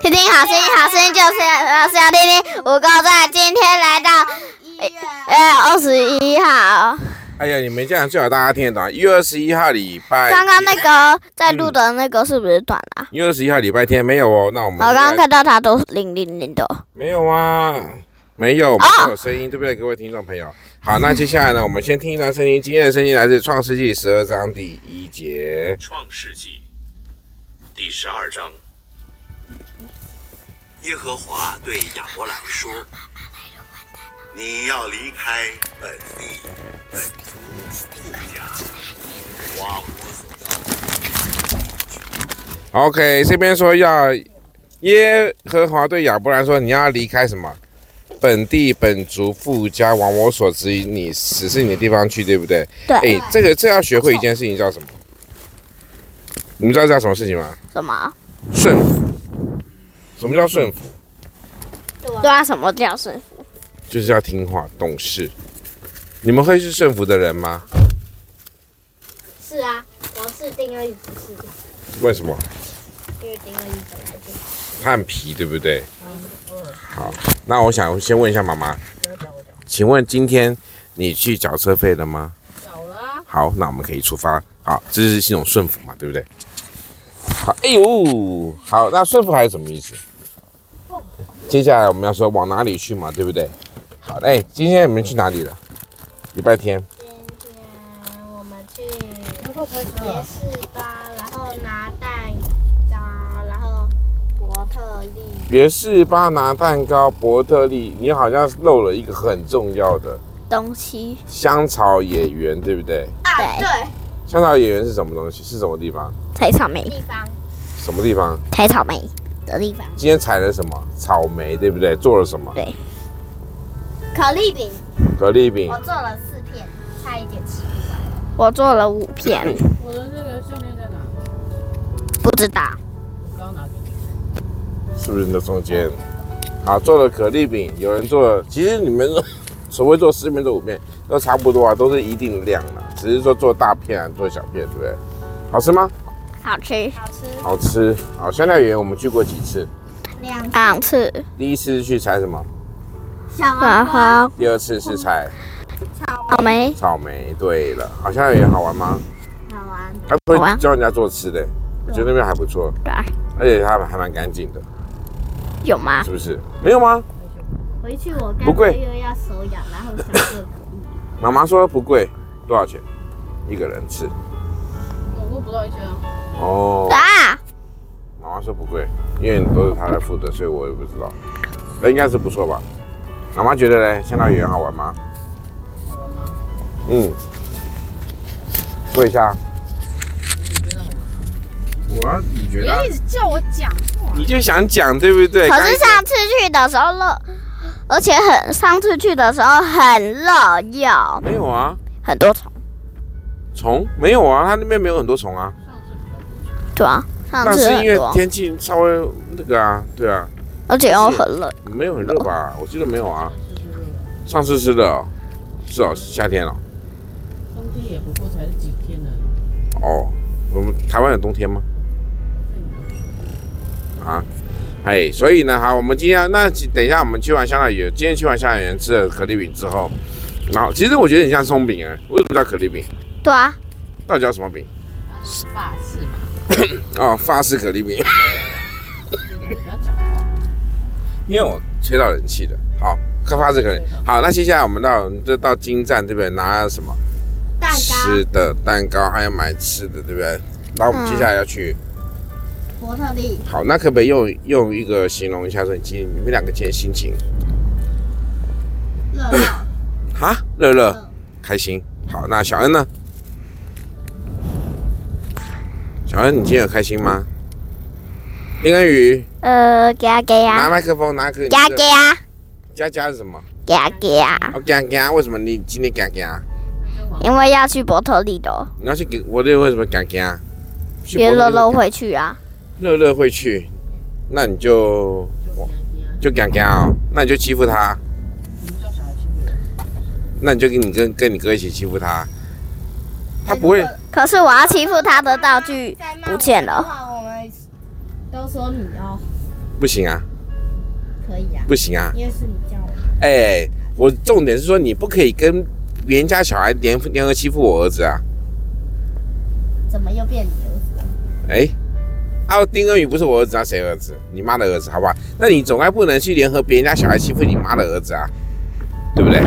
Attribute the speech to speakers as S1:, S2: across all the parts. S1: 听听好声音，好声音就是老师要听听。五高赞今天来到呃二十一号，
S2: 哎呀，你们这样最好大家听得懂啊。一月二十一号礼拜，
S1: 刚刚那个在录的那个是不是短了、
S2: 一月二十一号礼拜天没有哦。那我们
S1: 我刚刚
S2: 来
S1: 看到它都零零零的，
S2: 没有啊，没
S1: 哦
S2: 有，没有声音，对不对，各位听众朋友？好，那接下来呢，我们先听一段声音。今天的声音来自《创世纪》十二章第一节。
S3: 创世纪第十二章，耶和华对亚伯兰说：“你要离开本地、本族、故家，往我所要
S2: OK，这边说要耶和华对亚伯兰说：“你要离开什么？本地本族富家，往我所指引你指示你的地方去，对不对？”
S1: 对
S2: 哎，这个这要学会一件事情叫什么？你们知道叫什么事情吗？
S1: 什么？
S2: 顺服。什么叫顺服？
S1: 对啊，什么叫顺服？
S2: 就是要听话、懂事。你们会是顺服的人吗？
S4: 是啊，我是定位不是，
S2: 为什么？
S4: 因为定位本来就
S2: 汉皮，对不对？好，那我想先问一下妈妈，请问今天你去缴车费了吗？
S4: 走了。啊
S2: 好，那我们可以出发。好，这是一种顺服嘛，对不对？好，哎呦，好，那顺服还有什么意思？接下来我们要说往哪里去嘛，对不对？好，哎，今天你们去哪里了？礼拜天，
S4: 今天我们去夜市吧，然后拿蛋糕，然后伯特利。
S2: 别士巴拿蛋糕、伯特利，你好像漏了一个很重要的
S1: 东西？
S2: 香草野园，对不对？
S1: 啊
S4: 对，
S2: 香草野园是什么东西？是什么地方？
S1: 采草莓，
S4: 地方
S2: 什么地方？
S1: 采草莓的地方。
S2: 今天采了什么？草莓，对不对？做了什么？
S1: 对，
S4: 可丽饼，
S2: 可丽饼
S4: 我。做了四片，差一点吃不完。
S1: 我做了五片，
S5: 我的那个项链在哪？
S1: 不知道。
S5: 我刚拿给你。
S2: 是不是那中间？好，做了可丽饼，有人做了，其实你们 所谓做四面做五面都差不多啊，都是一定量啊，只是说做大片啊，做小片，对不对？好吃吗？
S1: 好吃，
S4: 好吃
S2: 好吃。好，香料园我们去过几次，
S4: 两
S1: 两次
S2: 第一次是去采什么？
S4: 小
S1: 麻
S4: 黄瓜，
S1: 花
S2: 第二次是采
S4: 草
S1: 草莓，
S2: 草莓。对了，好，香料园好玩吗？
S4: 莓好玩。
S2: 他
S1: 好啊
S2: 会
S1: 玩
S2: 教人家做吃的，我觉得那边还不错，
S1: 对啊，
S2: 而且它还蛮干净的，
S1: 有吗？
S2: 是不是？没有吗？
S4: 回去我
S2: 不
S4: 干
S2: 贵
S4: 脆又要手痒，然后想做 可丽饼。
S2: 妈妈说不贵，多少钱？一个人吃。
S5: 我估不到一千啊。
S2: 哦。
S1: 啊，
S2: 妈妈说不贵，因为都是她来付的，所以我也不知道。那应该是不错吧？妈妈觉得呢，香料园好玩吗？嗯，说一下。我，啊你觉得？
S5: 直叫我讲话。
S2: 你就想讲对不对？
S1: 可是上次去的时候热，而且很上次去的时候很热，有
S2: 没有啊，
S1: 很多虫，
S2: 虫没有啊，它那边没有很多虫啊，
S1: 对啊，上
S2: 但
S1: 次
S2: 是因
S1: 很
S2: 为
S1: 多，
S2: 天气稍微那个啊，对啊，
S1: 而且又很热，
S2: 没有很热吧？我记得没有啊。上次吃的哦、是哦，夏天哦。
S5: 冬天也不过才几天呢。
S2: 哦，我们台湾有冬天吗？啊，哎，所以呢，好，我们今天那等一下，我们去完香料园，今天去完香料园吃了可丽饼之后，然后其实我觉得很像松饼哎，为什么叫可丽饼？
S1: 对啊，
S2: 到底叫什么饼？
S5: 法式嘛，
S2: 哦，法式可丽饼，
S5: 不要讲话。
S2: 因为我吹到人气了。好，喝法式可丽饼。好，那接下来我们到就到金站对不对？拿什么
S4: 蛋糕，
S2: 吃的蛋糕，还有买吃的对不对？那我们接下来要去。
S4: 伯特利，
S2: 好，那可不可以用用一个形容一下说你今你们两个今天心情？
S4: 热闹，
S2: 哈，乐乐
S4: 嗯，
S2: 开心。好，那小恩呢？小恩，你今天有开心吗？林恩宇，
S1: 呃，给啊给
S2: 拿
S1: 啊，
S2: 麦克风，拿个
S1: 给啊给啊，
S2: 加加是什么？
S1: 给啊给啊，
S2: 哦，嘎嘎，为什么你今天嘎嘎？
S1: 因为要去伯特利的哦，
S2: 你要去给我这为什么嘎嘎？去
S1: 因为
S2: 伯
S1: 乐
S2: 乐
S1: 乐
S2: 乐
S1: 会去啊，
S2: 乐乐会去，那你就就嘎嘎哦，那你就欺负他，
S5: 你们叫小孩欺负人？
S2: 那你就跟你跟跟你哥一起欺负他，他不会。
S1: 可是我要欺负他的道具不见了，
S4: 哇，我们都说你哦，
S2: 不行啊，
S4: 可以啊，
S2: 不行啊，
S4: 因为是你叫我。
S2: 哎，我重点是说你不可以跟别人家小孩联联合欺负我儿子啊！
S4: 怎么又变你儿子了？
S2: 哎，啊，丁恩宇不是我儿子啊，谁儿子？你妈的儿子，好吧？那你总该不能去联合别人家小孩欺负你妈的儿子啊，对不对？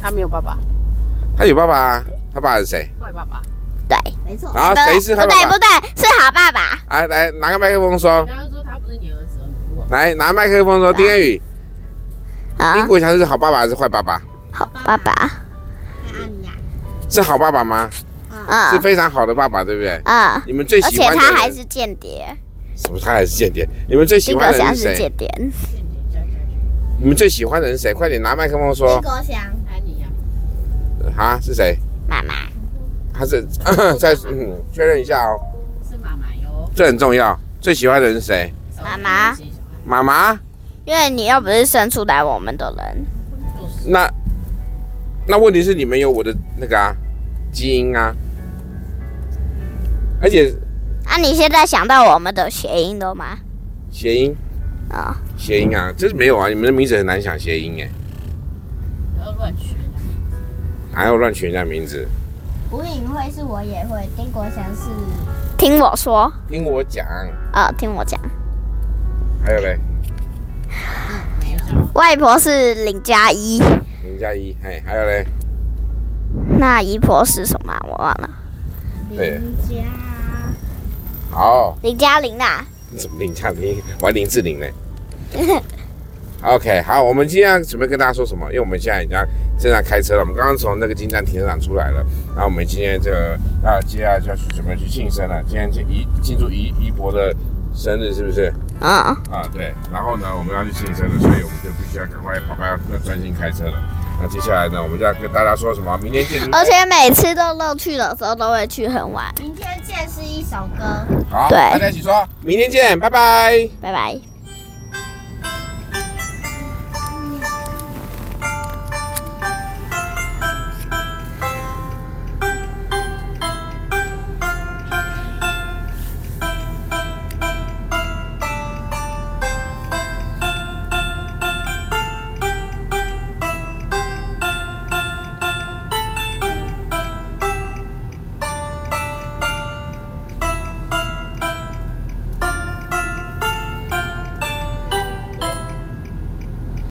S5: 他没有爸爸，
S2: 他有爸爸啊，他爸是谁？
S5: 坏爸爸。
S1: 对，
S4: 没错，
S2: 然后啊谁是他
S1: 不
S2: 爸
S1: 对不
S2: 爸？
S1: 对，是好爸爸。
S2: 来来，拿个麦克风说，
S5: 然后说他不是你儿子，你问
S2: 来拿麦克风说，丁恩宇，
S1: 啊
S2: 丁，国强是好爸爸还是坏爸爸？
S1: 好爸爸
S4: 那你呀，
S2: 是好爸爸吗？
S1: 啊
S2: 是非常好的爸爸，对不对？
S1: 啊，
S2: 你们最
S1: 而
S2: 喜
S1: 且
S2: 欢的
S1: 他还
S2: 人
S1: 是间谍，
S2: 什么？他还是间谍？你们最喜
S1: 丁
S2: 欢
S1: 国
S2: 的
S1: 祥
S2: 人
S1: 是
S2: 是谁？
S1: 间谍。
S5: 间谍加下去，
S2: 你们最喜欢的人是谁？快点拿麦克风
S4: 丁
S2: 说
S4: 国祥，
S5: 安妮呀，
S2: 啊，是谁？
S1: 妈妈，
S2: 他是 再嗯确认一下哦，
S5: 是妈妈哟。
S2: 这很重要。最喜欢的人是谁？
S1: 妈妈
S5: 就是小孩
S2: 妈妈？
S1: 因为你又不是生出来我们的人，
S5: 就是
S2: 那那问题是你们有我的那个啊基因啊，而且
S1: 啊，你现在想到我们的谐音了吗？
S2: 谐音
S1: 啊，
S2: 谐音啊，这是没有啊，你们的名字很难想谐音哎，
S5: 不要乱取人家名字。
S2: 还要乱取人家名字。
S4: 吴颖会是我也会，丁国祥是
S1: 听我说，
S2: 听我讲，
S1: 啊，听我讲，
S2: 还有嘞，
S5: 没有
S1: 外婆是林佳一，
S2: 林佳怡，嘿，还有嘞，
S1: 那姨婆是什么啊？我忘了，
S2: 对
S4: 林家。
S2: 好，
S1: 林嘉玲啊，
S2: 怎么林佳怡？我还林志玲呢。OK，好，我们今天要准备跟大家说什么？因为我们现在已经正在开车了，我们刚刚从那个金站停车场出来了，然后我们今天这个啊，接下来就要去准备去庆生了。今天进怡庆祝怡怡博的生日是不是？
S1: 嗯。
S2: 啊，对。然后呢，我们要去庆生了，所以我们就必须要赶快跑快要专心开车了。那接下来呢，我们就要跟大家说什么？明天见。
S1: 而且每次都乐去的时候都会去很晚。
S4: 明天见是一首歌。
S2: 好，
S1: 对
S2: 大家一起说，明天见，拜拜。
S1: 拜拜。